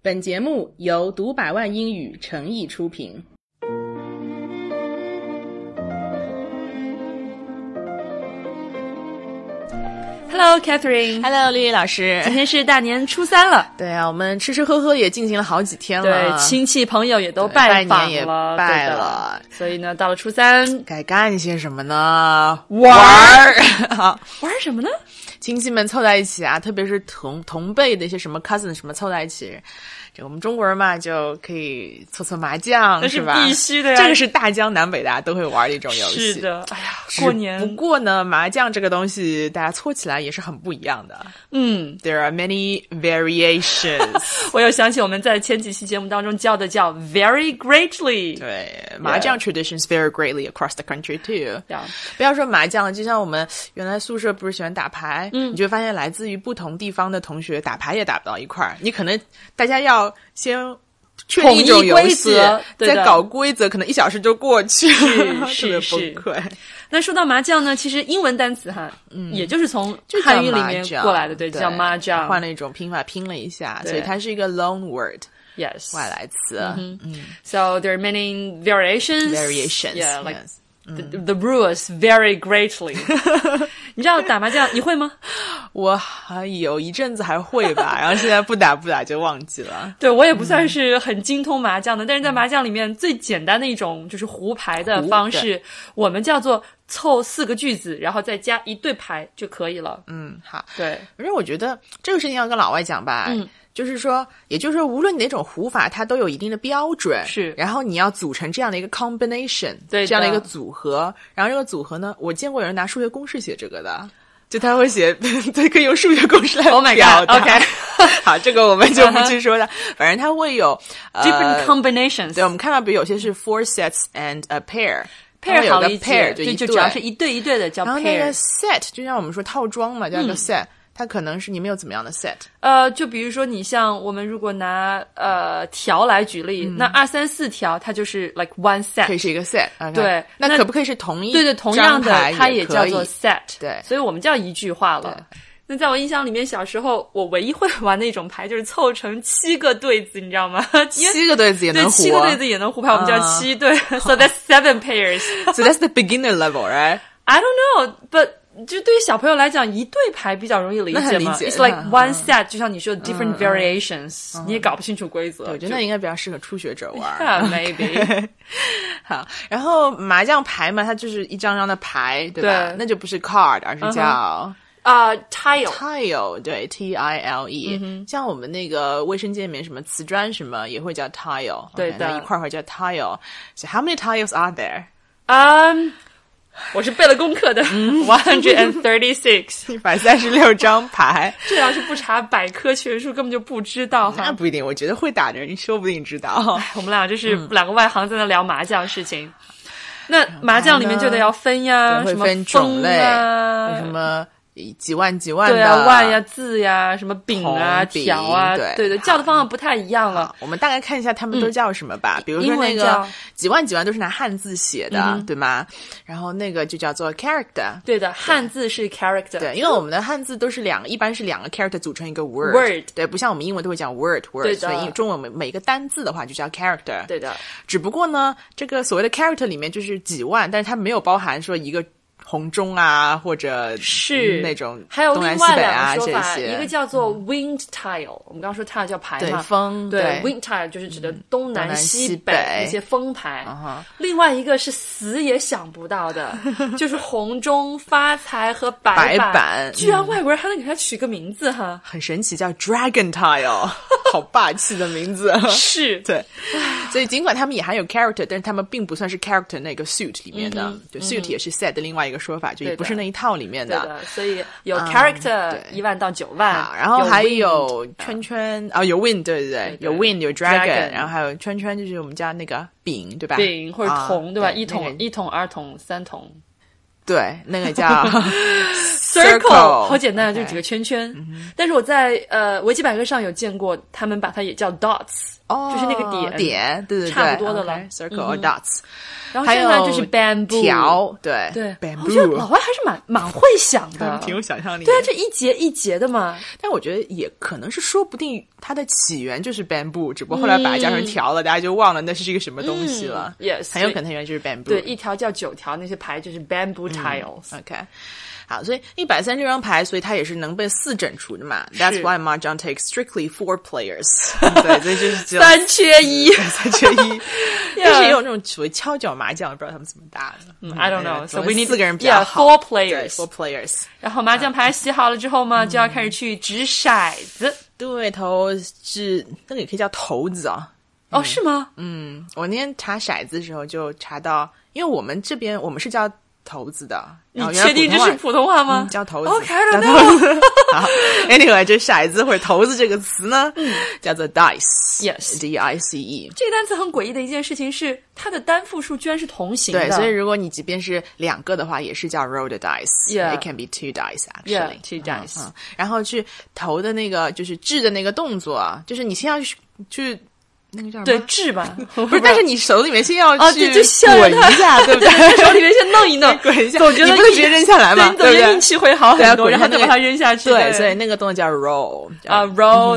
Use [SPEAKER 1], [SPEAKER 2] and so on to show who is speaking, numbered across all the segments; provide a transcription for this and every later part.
[SPEAKER 1] 本节目由读百万英语诚意出品。Hello, Catherine。
[SPEAKER 2] Hello，丽丽老师
[SPEAKER 1] 今。天是大年初三了，
[SPEAKER 2] 对啊，我们吃吃喝喝也进行了好几天了，
[SPEAKER 1] 对，亲戚朋友也都
[SPEAKER 2] 啊对拜
[SPEAKER 1] 访
[SPEAKER 2] 年也
[SPEAKER 1] 了，
[SPEAKER 2] 拜
[SPEAKER 1] 对的
[SPEAKER 2] 了。
[SPEAKER 1] 所以呢，到了初三，
[SPEAKER 2] 该干些什么呢？
[SPEAKER 1] 玩
[SPEAKER 2] 儿！好
[SPEAKER 1] 玩什么呢？
[SPEAKER 2] 亲戚们凑在一起啊，特别是同同辈的一些什么 cousin 什么凑在一起，这我们中国人嘛，就可以搓搓麻将，
[SPEAKER 1] 那是
[SPEAKER 2] 吧？
[SPEAKER 1] 必须的呀
[SPEAKER 2] 这个是大江南北大家都会玩的一种游戏。
[SPEAKER 1] 是。的，哎呀，
[SPEAKER 2] 只
[SPEAKER 1] 过
[SPEAKER 2] 不
[SPEAKER 1] 年，
[SPEAKER 2] 过呢，麻将这个东西，大家搓起来也是很不一样的。
[SPEAKER 1] 嗯，
[SPEAKER 2] There are many variations。
[SPEAKER 1] 我又想起我们在前几期节目当中教的叫 very greatly，
[SPEAKER 2] 对，麻将 traditions vary greatly across the country too。
[SPEAKER 1] Yeah.
[SPEAKER 2] 不要说麻将了，就像我们原来宿舍不是喜欢打牌，嗯，你就会发现来自于不同地方的同学打牌也打不到一块儿，你可能大家要先。确定一种游戏
[SPEAKER 1] 统一规则，对的
[SPEAKER 2] 再搞规则，可能一小时就过 去了，特
[SPEAKER 1] 是
[SPEAKER 2] 别
[SPEAKER 1] 是
[SPEAKER 2] 崩溃。
[SPEAKER 1] 那说到麻将呢，其实英文单词哈，嗯，也就是从汉语里面
[SPEAKER 2] 就叫麻将
[SPEAKER 1] 过来的，对，就
[SPEAKER 2] 对，
[SPEAKER 1] 叫麻将。
[SPEAKER 2] 换了一种拼法拼了一下，
[SPEAKER 1] 对
[SPEAKER 2] 所以它是一个 loan word
[SPEAKER 1] yes，
[SPEAKER 2] 外来词。
[SPEAKER 1] 嗯 So there are many variations.
[SPEAKER 2] Variations,
[SPEAKER 1] Yeah, like
[SPEAKER 2] yes. 嗯
[SPEAKER 1] the, the rules vary greatly. 你知道打麻将你会吗？
[SPEAKER 2] 我还有一阵子还会 吧，然后现在不打不打就忘记了。
[SPEAKER 1] 对我也不
[SPEAKER 2] 嗯
[SPEAKER 1] 算是很精通麻将的，但是在麻将里面最简单的一种就是胡牌的
[SPEAKER 2] 胡
[SPEAKER 1] 方式，我们叫做凑四个句子，然后再加一对牌就可以了。
[SPEAKER 2] 嗯，好。
[SPEAKER 1] 对，
[SPEAKER 2] 反正我觉得这个事情要跟老外讲吧，嗯，就是说，也就是说，无论哪种胡法，它都有一定的标准，
[SPEAKER 1] 是
[SPEAKER 2] 然后你要组成这样的一个 combination，
[SPEAKER 1] 对的
[SPEAKER 2] 这样的一个组合。然后这个组合呢，我见过有人拿数学公式写这个的，就他会写， 对，可以用数学公 式来
[SPEAKER 1] Oh my
[SPEAKER 2] 表
[SPEAKER 1] God，
[SPEAKER 2] 达。嗯
[SPEAKER 1] OK
[SPEAKER 2] 好，这个我们就不去说了。反正它会有呃
[SPEAKER 1] different combinations。
[SPEAKER 2] 对，我们看到，比如有些是 four sets and a pair。
[SPEAKER 1] pair
[SPEAKER 2] 它会有
[SPEAKER 1] 好
[SPEAKER 2] 个
[SPEAKER 1] 理解
[SPEAKER 2] pair
[SPEAKER 1] 对，
[SPEAKER 2] 一
[SPEAKER 1] 就
[SPEAKER 2] 对，
[SPEAKER 1] 只要是一对一对的叫
[SPEAKER 2] 然后那个
[SPEAKER 1] pair。嗯
[SPEAKER 2] set 就像我们说套装嘛，叫一个 set，、它可能是你没有怎么样的 set，
[SPEAKER 1] 呃，就比如说你像我们如果拿呃条来举例，那二三四条它就是 like one
[SPEAKER 2] 嗯可以
[SPEAKER 1] set，
[SPEAKER 2] 是一个 set OK。
[SPEAKER 1] 啊对那
[SPEAKER 2] 那可不可以是同一
[SPEAKER 1] 对对，同
[SPEAKER 2] 张
[SPEAKER 1] 样
[SPEAKER 2] 牌
[SPEAKER 1] 的它
[SPEAKER 2] 也
[SPEAKER 1] 叫
[SPEAKER 2] 可以
[SPEAKER 1] 做 set，
[SPEAKER 2] 对
[SPEAKER 1] 所以我们叫一句话了。那在我印象里面，小时候我唯一会玩的一种牌就是凑成七个对子，你知道吗？ 因为
[SPEAKER 2] 七个对子也
[SPEAKER 1] 对
[SPEAKER 2] 能胡
[SPEAKER 1] 七个对子也能胡牌，我们叫
[SPEAKER 2] 嗯
[SPEAKER 1] 七对，so that's seven pairs。
[SPEAKER 2] So that's the beginner level, right?
[SPEAKER 1] I don't know, but 就对于小朋友来讲，一对牌比较容易理
[SPEAKER 2] 那
[SPEAKER 1] 解
[SPEAKER 2] 很理
[SPEAKER 1] 嘛。
[SPEAKER 2] 解
[SPEAKER 1] It's like
[SPEAKER 2] 嗯
[SPEAKER 1] one set，、就像你说的 different variations，、你也搞不清楚规则。
[SPEAKER 2] 我觉得那 应该比较适合初学者 玩。
[SPEAKER 1] Yeah, maybe
[SPEAKER 2] 好，然后麻将牌嘛，它就是一张张的牌，对吧？
[SPEAKER 1] 对
[SPEAKER 2] 那就不是 card，而是叫
[SPEAKER 1] 啊、t i l e
[SPEAKER 2] tile，对，T I L
[SPEAKER 1] 嗯
[SPEAKER 2] E、像我们那个卫生间里面什么瓷砖什么也会叫 tile，
[SPEAKER 1] 对
[SPEAKER 2] OK，
[SPEAKER 1] 的
[SPEAKER 2] 那一块儿块儿叫 tile。So how many tiles are there?
[SPEAKER 1] 嗯、我是背了功课的，one
[SPEAKER 2] 嗯
[SPEAKER 1] hundred and thirty six。
[SPEAKER 2] 一百三十六张 牌，
[SPEAKER 1] 这要是不查百科全书，根本就不知道
[SPEAKER 2] 那
[SPEAKER 1] 哈。
[SPEAKER 2] 不一定。我觉得会打的人说不定知 道。
[SPEAKER 1] 我们俩就是
[SPEAKER 2] 嗯
[SPEAKER 1] 两个外行在那聊麻将事情。那麻将里面就得要分呀，
[SPEAKER 2] 对
[SPEAKER 1] 什么
[SPEAKER 2] 会分种类
[SPEAKER 1] 风啊，
[SPEAKER 2] 有什么几万几万的
[SPEAKER 1] 对啊，万呀、字呀、什么饼啊、
[SPEAKER 2] 铜饼
[SPEAKER 1] 条啊，
[SPEAKER 2] 对
[SPEAKER 1] 对的，
[SPEAKER 2] 好
[SPEAKER 1] 叫的方法不太一样了。
[SPEAKER 2] 我们大概看一下他们都叫什么吧。比如说
[SPEAKER 1] 英文
[SPEAKER 2] 那个
[SPEAKER 1] 叫嗯
[SPEAKER 2] 几万几万都是拿汉字写的，对吗？然后那个就叫做 character。
[SPEAKER 1] 对的，汉字是 character，
[SPEAKER 2] 对，因为我们的汉字都是两个，一般是两个 character 组成一个 word。
[SPEAKER 1] Word
[SPEAKER 2] 对，不像我们英文都会讲 word word，
[SPEAKER 1] 对的
[SPEAKER 2] 所以中文每每一个单字的话就叫 character。
[SPEAKER 1] 对的，
[SPEAKER 2] 只不过呢，这个所谓的 character 里面就是几万，但是它没有包含说一个红中啊，或者
[SPEAKER 1] 是
[SPEAKER 2] 那种
[SPEAKER 1] 还有
[SPEAKER 2] 东
[SPEAKER 1] 另
[SPEAKER 2] 南西
[SPEAKER 1] 外
[SPEAKER 2] 北
[SPEAKER 1] 两
[SPEAKER 2] 啊
[SPEAKER 1] 个说
[SPEAKER 2] 这
[SPEAKER 1] 法，
[SPEAKER 2] 些。
[SPEAKER 1] 一个叫做 wind tile，我们刚刚说 tile 叫牌
[SPEAKER 2] 对
[SPEAKER 1] 嘛，
[SPEAKER 2] 风
[SPEAKER 1] 对
[SPEAKER 2] 对嗯
[SPEAKER 1] wind tile 就是指的
[SPEAKER 2] 东
[SPEAKER 1] 东南
[SPEAKER 2] 南
[SPEAKER 1] 西
[SPEAKER 2] 西北
[SPEAKER 1] 北
[SPEAKER 2] 嗯
[SPEAKER 1] 那些风牌
[SPEAKER 2] 啊哈，
[SPEAKER 1] 另外一个是死也想不到的，就是红中发财和白
[SPEAKER 2] 白
[SPEAKER 1] 板
[SPEAKER 2] 板，
[SPEAKER 1] 居然外国人还能给它取个名字哈，
[SPEAKER 2] 很神奇，叫 Dragon Tile，好 霸气的名字。
[SPEAKER 1] 是
[SPEAKER 2] 对，所以尽管他们也含有 character，但是他们并不算是 character 那个 suit 里面的，
[SPEAKER 1] 嗯
[SPEAKER 2] 对 suit 也是 set 的另外一个说法，就也不是那一套里面
[SPEAKER 1] 对
[SPEAKER 2] 的。嗯
[SPEAKER 1] 的，所以有 character
[SPEAKER 2] 对
[SPEAKER 1] 一万到九万
[SPEAKER 2] 啊，，然后还
[SPEAKER 1] 嗯 wind
[SPEAKER 2] 有圈圈啊，有 wind，对对对，有
[SPEAKER 1] 对
[SPEAKER 2] wind，有
[SPEAKER 1] dragon
[SPEAKER 2] dragon，然后还有圈圈，就是我们家那个饼，对吧？
[SPEAKER 1] 饼或者
[SPEAKER 2] 啊
[SPEAKER 1] 桶，对吧？一
[SPEAKER 2] 那
[SPEAKER 1] 桶、
[SPEAKER 2] 个
[SPEAKER 1] 一桶、二桶、三桶
[SPEAKER 2] 对，那个 叫
[SPEAKER 1] 好简单啊，就
[SPEAKER 2] OK
[SPEAKER 1] 几个圈圈。但是我在呃维基百科上有见过，他们把它也叫 dots，
[SPEAKER 2] 哦，
[SPEAKER 1] 就是那个点
[SPEAKER 2] 点，对对对，
[SPEAKER 1] 差不多的了
[SPEAKER 2] OK, circle or dots，
[SPEAKER 1] 然后
[SPEAKER 2] 还
[SPEAKER 1] 现
[SPEAKER 2] 有
[SPEAKER 1] 在就是 bamboo
[SPEAKER 2] 条，对
[SPEAKER 1] 对，我觉得老
[SPEAKER 2] ，bamboo，
[SPEAKER 1] 外还是蛮蛮会想的，
[SPEAKER 2] 挺有想象力的。
[SPEAKER 1] 对啊，这一节一节的嘛，
[SPEAKER 2] 但我觉得也可能是说不定它的起源就是 bamboo，只不过后来把它叫成条了，大家就忘了那是一个什么东西了。
[SPEAKER 1] 嗯，yes，
[SPEAKER 2] 很有可能它原来就是 bamboo。
[SPEAKER 1] 对，一条叫九条，那些牌就是 bamboo
[SPEAKER 2] 嗯
[SPEAKER 1] tiles，
[SPEAKER 2] OK，好，所以一百三这张牌，所以它也是能被四整除的嘛。That's why mahjong takes strictly four players 。
[SPEAKER 1] 嗯
[SPEAKER 2] 对，所以就是只有
[SPEAKER 1] 三缺一。
[SPEAKER 2] 三缺一。 但是也有那种所谓敲脚麻将，不知道他们怎么打的。嗯
[SPEAKER 1] I don't know. So we need
[SPEAKER 2] 四个人比较
[SPEAKER 1] yeah,
[SPEAKER 2] 好。
[SPEAKER 1] four
[SPEAKER 2] 对
[SPEAKER 1] players.
[SPEAKER 2] four players，
[SPEAKER 1] 然后麻将牌洗好了之后嘛，就要开始去掷骰子。
[SPEAKER 2] 对头是那个也可以叫头子啊、
[SPEAKER 1] 哦，是吗？
[SPEAKER 2] 嗯我那天查骰子的时候就查到，因为我们这边我们是叫头子的，
[SPEAKER 1] 你
[SPEAKER 2] 然哦后原来
[SPEAKER 1] 确定这
[SPEAKER 2] 普通
[SPEAKER 1] 是
[SPEAKER 2] 话
[SPEAKER 1] 普通话吗
[SPEAKER 2] 嗯？叫头子
[SPEAKER 1] OK，
[SPEAKER 2] 叫
[SPEAKER 1] I don't
[SPEAKER 2] 头
[SPEAKER 1] know.
[SPEAKER 2] 子。好，Anyway，这骰子或者头子这个词呢，叫做
[SPEAKER 1] 嗯 Yes
[SPEAKER 2] dice，yes，d i c e。
[SPEAKER 1] 这个单词很诡异的一件事情是，它的单复数居然是同形的。
[SPEAKER 2] 对，所以如果你即便是两个的话，也是叫 roll the dice。
[SPEAKER 1] Yeah
[SPEAKER 2] It can be two dice actually.
[SPEAKER 1] Yeah, two dice.
[SPEAKER 2] 嗯嗯然后去投的那个就是掷的那个动作啊，就是你先要去去那个叫什么？
[SPEAKER 1] 对 掷吧，不
[SPEAKER 2] 不是，但是你手里面先要
[SPEAKER 1] 啊
[SPEAKER 2] 去
[SPEAKER 1] 对就像
[SPEAKER 2] 滚
[SPEAKER 1] 它
[SPEAKER 2] 一下， 对不对？
[SPEAKER 1] 手里面先弄一弄，
[SPEAKER 2] 滚一下，
[SPEAKER 1] 总觉得
[SPEAKER 2] 你不能直接扔下来
[SPEAKER 1] 对，
[SPEAKER 2] 嘛，
[SPEAKER 1] 你
[SPEAKER 2] 对不
[SPEAKER 1] 总觉得
[SPEAKER 2] 对
[SPEAKER 1] 运？气会好
[SPEAKER 2] 对啊
[SPEAKER 1] 很多，
[SPEAKER 2] 滚
[SPEAKER 1] 然后再
[SPEAKER 2] 下那
[SPEAKER 1] 把
[SPEAKER 2] 个
[SPEAKER 1] 它扔下去。
[SPEAKER 2] 对，所以那个动作叫 roll
[SPEAKER 1] 啊 ，roll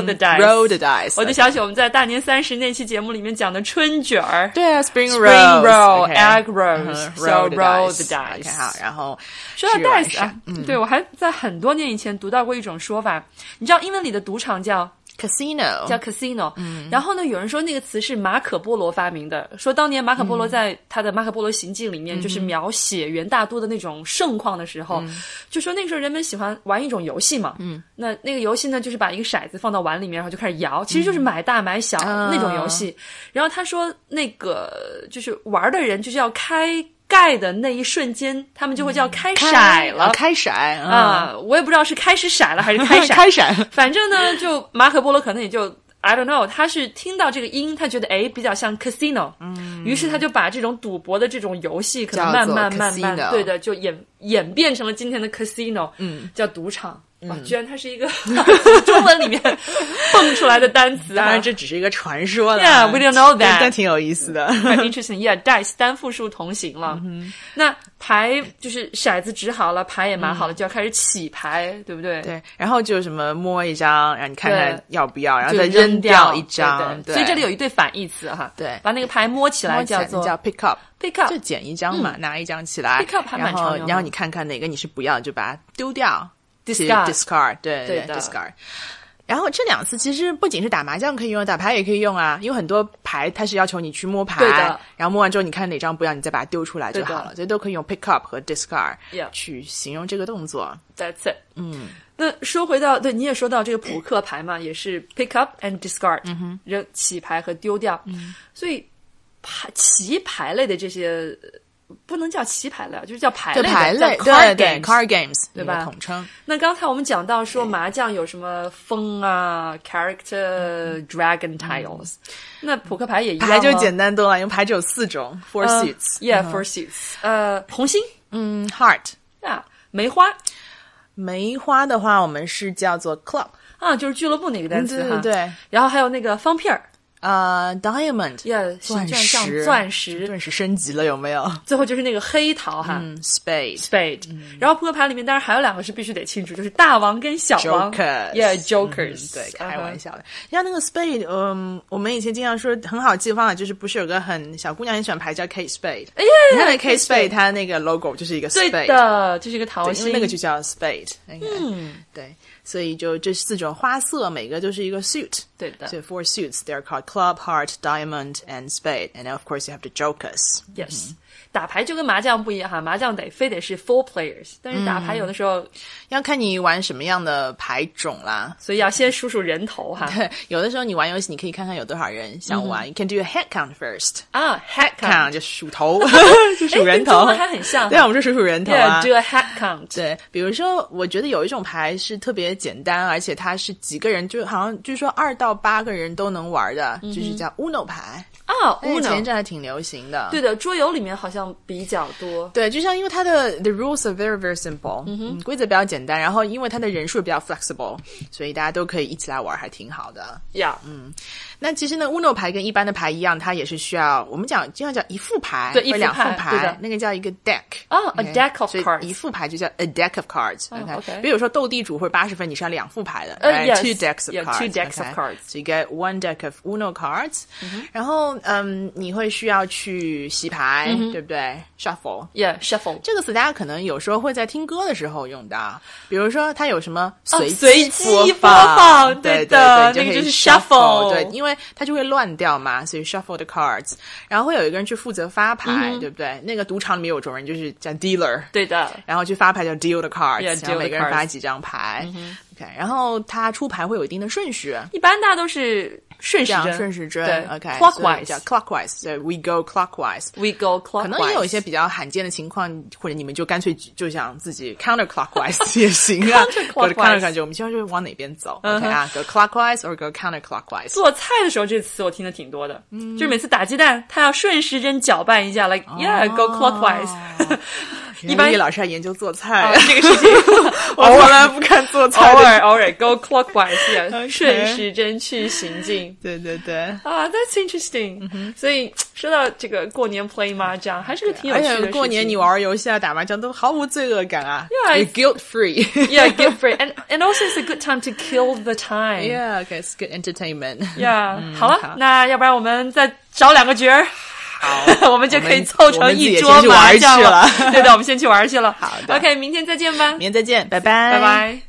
[SPEAKER 1] the dice。
[SPEAKER 2] roll the dice。
[SPEAKER 1] 我就想起我们在大年三十那期节目里面讲的春卷儿。
[SPEAKER 2] 对啊，spring
[SPEAKER 1] Spring roll,
[SPEAKER 2] rolls，OK
[SPEAKER 1] egg
[SPEAKER 2] 嗯
[SPEAKER 1] rolls, so roll
[SPEAKER 2] roll
[SPEAKER 1] the
[SPEAKER 2] dice。OK，
[SPEAKER 1] dice
[SPEAKER 2] 好，然后
[SPEAKER 1] 说到
[SPEAKER 2] 吃完
[SPEAKER 1] dice
[SPEAKER 2] 上
[SPEAKER 1] 啊，对我还在很多年以前读到过一种说法，你知道英文里的赌场叫
[SPEAKER 2] ，casino
[SPEAKER 1] 叫 casino，、然
[SPEAKER 2] 嗯
[SPEAKER 1] 后呢，有人说那个词是马可波罗发明的，说当年马可波罗在他的《马可波罗行记》里面，就是描写袁大都的那种盛况的时候，
[SPEAKER 2] 嗯
[SPEAKER 1] 就说那个时候人们喜欢玩一种游戏嘛，嗯，那那个游戏呢，就是把一个骰子放到碗里面，然后就开始摇，其实就是买大买小、
[SPEAKER 2] 嗯啊
[SPEAKER 1] 那种游戏。然后他说，那个就是玩的人就是要开盖的那一瞬间，他们就会叫开骰了。
[SPEAKER 2] 啊嗯开骰啊，
[SPEAKER 1] 啊，我也不知道是开始骰了还是开
[SPEAKER 2] 开
[SPEAKER 1] 骰，
[SPEAKER 2] 开骰。
[SPEAKER 1] 反正呢，就马可波罗可能也就 I don't know，他是听到这个音，他觉得哎比较像 casino，嗯，于是他就把这种赌博的这种游戏，可能
[SPEAKER 2] 叫
[SPEAKER 1] 慢
[SPEAKER 2] 做
[SPEAKER 1] 慢慢慢
[SPEAKER 2] casino
[SPEAKER 1] 对的，就演演变成了今天的 casino，嗯，叫赌场。哇，
[SPEAKER 2] 嗯
[SPEAKER 1] 居然它是一个 中文里面蹦出来的单词
[SPEAKER 2] 当
[SPEAKER 1] 啊！
[SPEAKER 2] 然，这只是一个传说了
[SPEAKER 1] Yeah, we don't know
[SPEAKER 2] 但
[SPEAKER 1] that 嗯
[SPEAKER 2] 但挺有意思的。
[SPEAKER 1] 很 interesting，yeah，dice 单复数同形了。
[SPEAKER 2] 嗯
[SPEAKER 1] 那牌就是骰子掷好了，牌也码好了，就要开始起牌，对不对？
[SPEAKER 2] 对，然后就什么摸一张，然后你看看
[SPEAKER 1] 对
[SPEAKER 2] 要不要，然后
[SPEAKER 1] 就
[SPEAKER 2] 啊再
[SPEAKER 1] 扔
[SPEAKER 2] 掉一
[SPEAKER 1] 对
[SPEAKER 2] 张。
[SPEAKER 1] 对所以这里有一对反义词哈，
[SPEAKER 2] 对
[SPEAKER 1] 把那个牌摸起
[SPEAKER 2] 摸
[SPEAKER 1] 来
[SPEAKER 2] 起来
[SPEAKER 1] 叫做
[SPEAKER 2] 叫 pick up。
[SPEAKER 1] pick up，嗯
[SPEAKER 2] 就捡一张嘛，拿一张起来
[SPEAKER 1] Pick up 还蛮
[SPEAKER 2] 然
[SPEAKER 1] 常
[SPEAKER 2] 后
[SPEAKER 1] 用的
[SPEAKER 2] 然后你看看哪个你是不要，就把它丢掉
[SPEAKER 1] Discard
[SPEAKER 2] discard，对
[SPEAKER 1] 对的
[SPEAKER 2] discard。然后这两次其实不仅是打麻将可以用，打牌也可以用啊，因为很多牌它是要求你去摸牌
[SPEAKER 1] 对的，
[SPEAKER 2] 然后摸完之后你看哪张不要，你再把它丢出来就
[SPEAKER 1] 对的
[SPEAKER 2] 好了，所以都可以用 pick up 和 discard
[SPEAKER 1] Yeah
[SPEAKER 2] 去形容这个动作。
[SPEAKER 1] That's it。嗯，那说回到对，你也说到这个扑克牌嘛，也是 pick up and discard，扔、
[SPEAKER 2] 嗯
[SPEAKER 1] 起牌和丢掉。嗯，所以牌棋牌类的这些呃不能叫棋牌类啊，就是叫牌
[SPEAKER 2] 对
[SPEAKER 1] 类的
[SPEAKER 2] 牌
[SPEAKER 1] 叫
[SPEAKER 2] 类，
[SPEAKER 1] card
[SPEAKER 2] 对对
[SPEAKER 1] games
[SPEAKER 2] card games
[SPEAKER 1] 对吧
[SPEAKER 2] 一个统称。
[SPEAKER 1] 那刚才我们讲到说麻将有什么风啊、character、dragon tiles，、那扑克牌也一
[SPEAKER 2] 嗯
[SPEAKER 1] 样啊
[SPEAKER 2] 牌就
[SPEAKER 1] 吗
[SPEAKER 2] 简单多了，因为牌只有四种，four 嗯
[SPEAKER 1] 呃
[SPEAKER 2] suits。
[SPEAKER 1] ，yeah，four suits，呃，红心
[SPEAKER 2] 嗯，heart
[SPEAKER 1] 啊，梅花
[SPEAKER 2] 梅花的话，我们是叫做 club。
[SPEAKER 1] 啊，就是俱乐部那个单词哈。
[SPEAKER 2] 嗯对对对。
[SPEAKER 1] 然后还有那个方片儿，
[SPEAKER 2] 呃，diamond，
[SPEAKER 1] Yeah，是
[SPEAKER 2] 钻
[SPEAKER 1] 这样像
[SPEAKER 2] 石，
[SPEAKER 1] 钻石
[SPEAKER 2] 顿时升级了，有没有？
[SPEAKER 1] 最后就是那个黑桃哈。
[SPEAKER 2] 嗯，spade，嗯
[SPEAKER 1] spade，、然后扑克牌里面当然还有两个是必须得庆祝，就是大王跟小王
[SPEAKER 2] Jokers 嗯
[SPEAKER 1] ，yeah jokers，、嗯
[SPEAKER 2] 对，开玩笑的。像那个 spade，嗯，我们以前经常说很好记的方法，就是不是有个很小姑娘很喜欢牌叫 Kate Spade？哎呀，你看那 Kate Spade，它那个 logo 就是一个
[SPEAKER 1] 对
[SPEAKER 2] spade，
[SPEAKER 1] 的，这是一个桃
[SPEAKER 2] 对因
[SPEAKER 1] 心，
[SPEAKER 2] 为那个就叫 spade。嗯，对，所以就这四种花色，每个就是一个 suit。
[SPEAKER 1] 对的
[SPEAKER 2] So four suits, they're called club, heart, diamond, and spade. And of course, you have the jokers.
[SPEAKER 1] yes。打
[SPEAKER 2] 嗯
[SPEAKER 1] 牌就跟麻将不一样哈，麻将得非得是 four players，但是打
[SPEAKER 2] 嗯
[SPEAKER 1] 牌有的时候，
[SPEAKER 2] 要看你玩什么样的牌种啦。
[SPEAKER 1] 所以要先数数人头哈。
[SPEAKER 2] 有的时候你玩游戏，你可以看看有多少人想玩。You can do a head count first.
[SPEAKER 1] 啊，head 嗯 count，
[SPEAKER 2] count
[SPEAKER 1] 哎
[SPEAKER 2] 就数 头，就数人
[SPEAKER 1] 跟
[SPEAKER 2] 头，
[SPEAKER 1] 中文还很像
[SPEAKER 2] 对啊，我们是数数人头啊。
[SPEAKER 1] yeah，do a head count，
[SPEAKER 2] 对，比如说，我觉得有一种牌是特别简单，而且它是几个人，就好像据说二到八个人都能玩的，就是叫 Uno 牌。
[SPEAKER 1] 啊
[SPEAKER 2] 哎前一
[SPEAKER 1] 嗯 Uno，
[SPEAKER 2] 阵还挺流行的。
[SPEAKER 1] 对的，桌游里面好像比较多。
[SPEAKER 2] 对，就像因为它的 the rules are very very simple，嗯规则比较简单，然后因为它的人数也比较 flexible，所以大家都可以一起来玩，还挺好的。
[SPEAKER 1] 呀，
[SPEAKER 2] 那其实呢，Uno 牌跟一般的牌一样，它也是需要我们讲经常叫一副牌
[SPEAKER 1] 对一
[SPEAKER 2] 或
[SPEAKER 1] 副
[SPEAKER 2] 两副
[SPEAKER 1] 牌对的
[SPEAKER 2] 那个叫一个 deck
[SPEAKER 1] 哦
[SPEAKER 2] OK，
[SPEAKER 1] a deck of
[SPEAKER 2] 所以
[SPEAKER 1] cards 哦
[SPEAKER 2] 一副牌就叫 a deck of cards。OK，,
[SPEAKER 1] OK
[SPEAKER 2] 比如说斗地主或者八十分，你是要两副牌的、
[SPEAKER 1] 呃
[SPEAKER 2] right?
[SPEAKER 1] yes，
[SPEAKER 2] two decks of
[SPEAKER 1] yeah，
[SPEAKER 2] cards，
[SPEAKER 1] two decks of
[SPEAKER 2] OK
[SPEAKER 1] cards
[SPEAKER 2] So you get one deck of Uno cards，、然后嗯，你会需要去洗牌，
[SPEAKER 1] 嗯
[SPEAKER 2] 对不对？Shuffle。
[SPEAKER 1] ，Yeah，shuffle，
[SPEAKER 2] 这个词大家可能有时候会在听歌的时候用到，比如说它有什么随
[SPEAKER 1] 哦随机
[SPEAKER 2] 播
[SPEAKER 1] 播放
[SPEAKER 2] 对
[SPEAKER 1] 对的
[SPEAKER 2] 对，
[SPEAKER 1] 那个
[SPEAKER 2] 就
[SPEAKER 1] 就是
[SPEAKER 2] 可以
[SPEAKER 1] shuffle
[SPEAKER 2] 对，因为它就会乱掉嘛，所以 shuffle the cards，然后会有一个人去负责发牌，对不对？那个赌场里面有种人就是叫 dealer，
[SPEAKER 1] 嗯对的。
[SPEAKER 2] 然后去发牌叫 deal the cards，
[SPEAKER 1] Yeah，
[SPEAKER 2] 然
[SPEAKER 1] deal
[SPEAKER 2] 后
[SPEAKER 1] the
[SPEAKER 2] 每个人
[SPEAKER 1] cards 嗯
[SPEAKER 2] 发几张牌，OK，然后它出牌会有一定的顺序。
[SPEAKER 1] 一般大家都是顺时
[SPEAKER 2] 这样
[SPEAKER 1] 针，
[SPEAKER 2] 顺时针
[SPEAKER 1] 对
[SPEAKER 2] ，OK，clockwise、叫
[SPEAKER 1] ，clockwise。
[SPEAKER 2] clockwise，对，we go clockwise，
[SPEAKER 1] We go clockwise，
[SPEAKER 2] 可能也有一些比较罕见的情况，或者你们就干脆就想自己 counterclockwise 也行啊
[SPEAKER 1] Counterclockwise 嗯
[SPEAKER 2] 或者 counterclockwise，我们希望就是往哪边走、o k 啊，go clockwise or go counterclockwise。
[SPEAKER 1] 做菜的时候，这个词我听的挺多的，就是每次打鸡蛋，它要顺时针搅拌一下，like yeah go clockwise。一
[SPEAKER 2] 因
[SPEAKER 1] 般哦
[SPEAKER 2] 为叶老师还研究做菜，
[SPEAKER 1] 这个事情
[SPEAKER 2] 我从来不看做
[SPEAKER 1] 偶
[SPEAKER 2] 菜的。
[SPEAKER 1] 尔偶尔 go clockwise，yeah，
[SPEAKER 2] Okay
[SPEAKER 1] 顺时针去行进。
[SPEAKER 2] 对对对。
[SPEAKER 1] 啊、t h a t s interesting、所以说到这个过年 play 麻将，还是个挺有
[SPEAKER 2] 而
[SPEAKER 1] 趣的事
[SPEAKER 2] 且哎
[SPEAKER 1] 情。
[SPEAKER 2] 过年你玩游戏啊、打麻将都毫无罪恶感啊
[SPEAKER 1] Yeah,
[SPEAKER 2] You're guilt free.
[SPEAKER 1] yeah get free and and also it's a good time to kill the time.
[SPEAKER 2] yeah, okay, it's good entertainment.
[SPEAKER 1] Yeah，、好了
[SPEAKER 2] Mm, 好
[SPEAKER 1] 那要不然我们再找两个角儿，好， 我们就可以凑
[SPEAKER 2] 我
[SPEAKER 1] 成
[SPEAKER 2] 们自己
[SPEAKER 1] 一
[SPEAKER 2] 也
[SPEAKER 1] 桌
[SPEAKER 2] 先去玩
[SPEAKER 1] 麻
[SPEAKER 2] 儿
[SPEAKER 1] 将
[SPEAKER 2] 去了
[SPEAKER 1] 对的，我们先去玩儿去了。
[SPEAKER 2] 好的
[SPEAKER 1] OK，明天再见吧，
[SPEAKER 2] 明天再见，拜拜，
[SPEAKER 1] 拜。拜。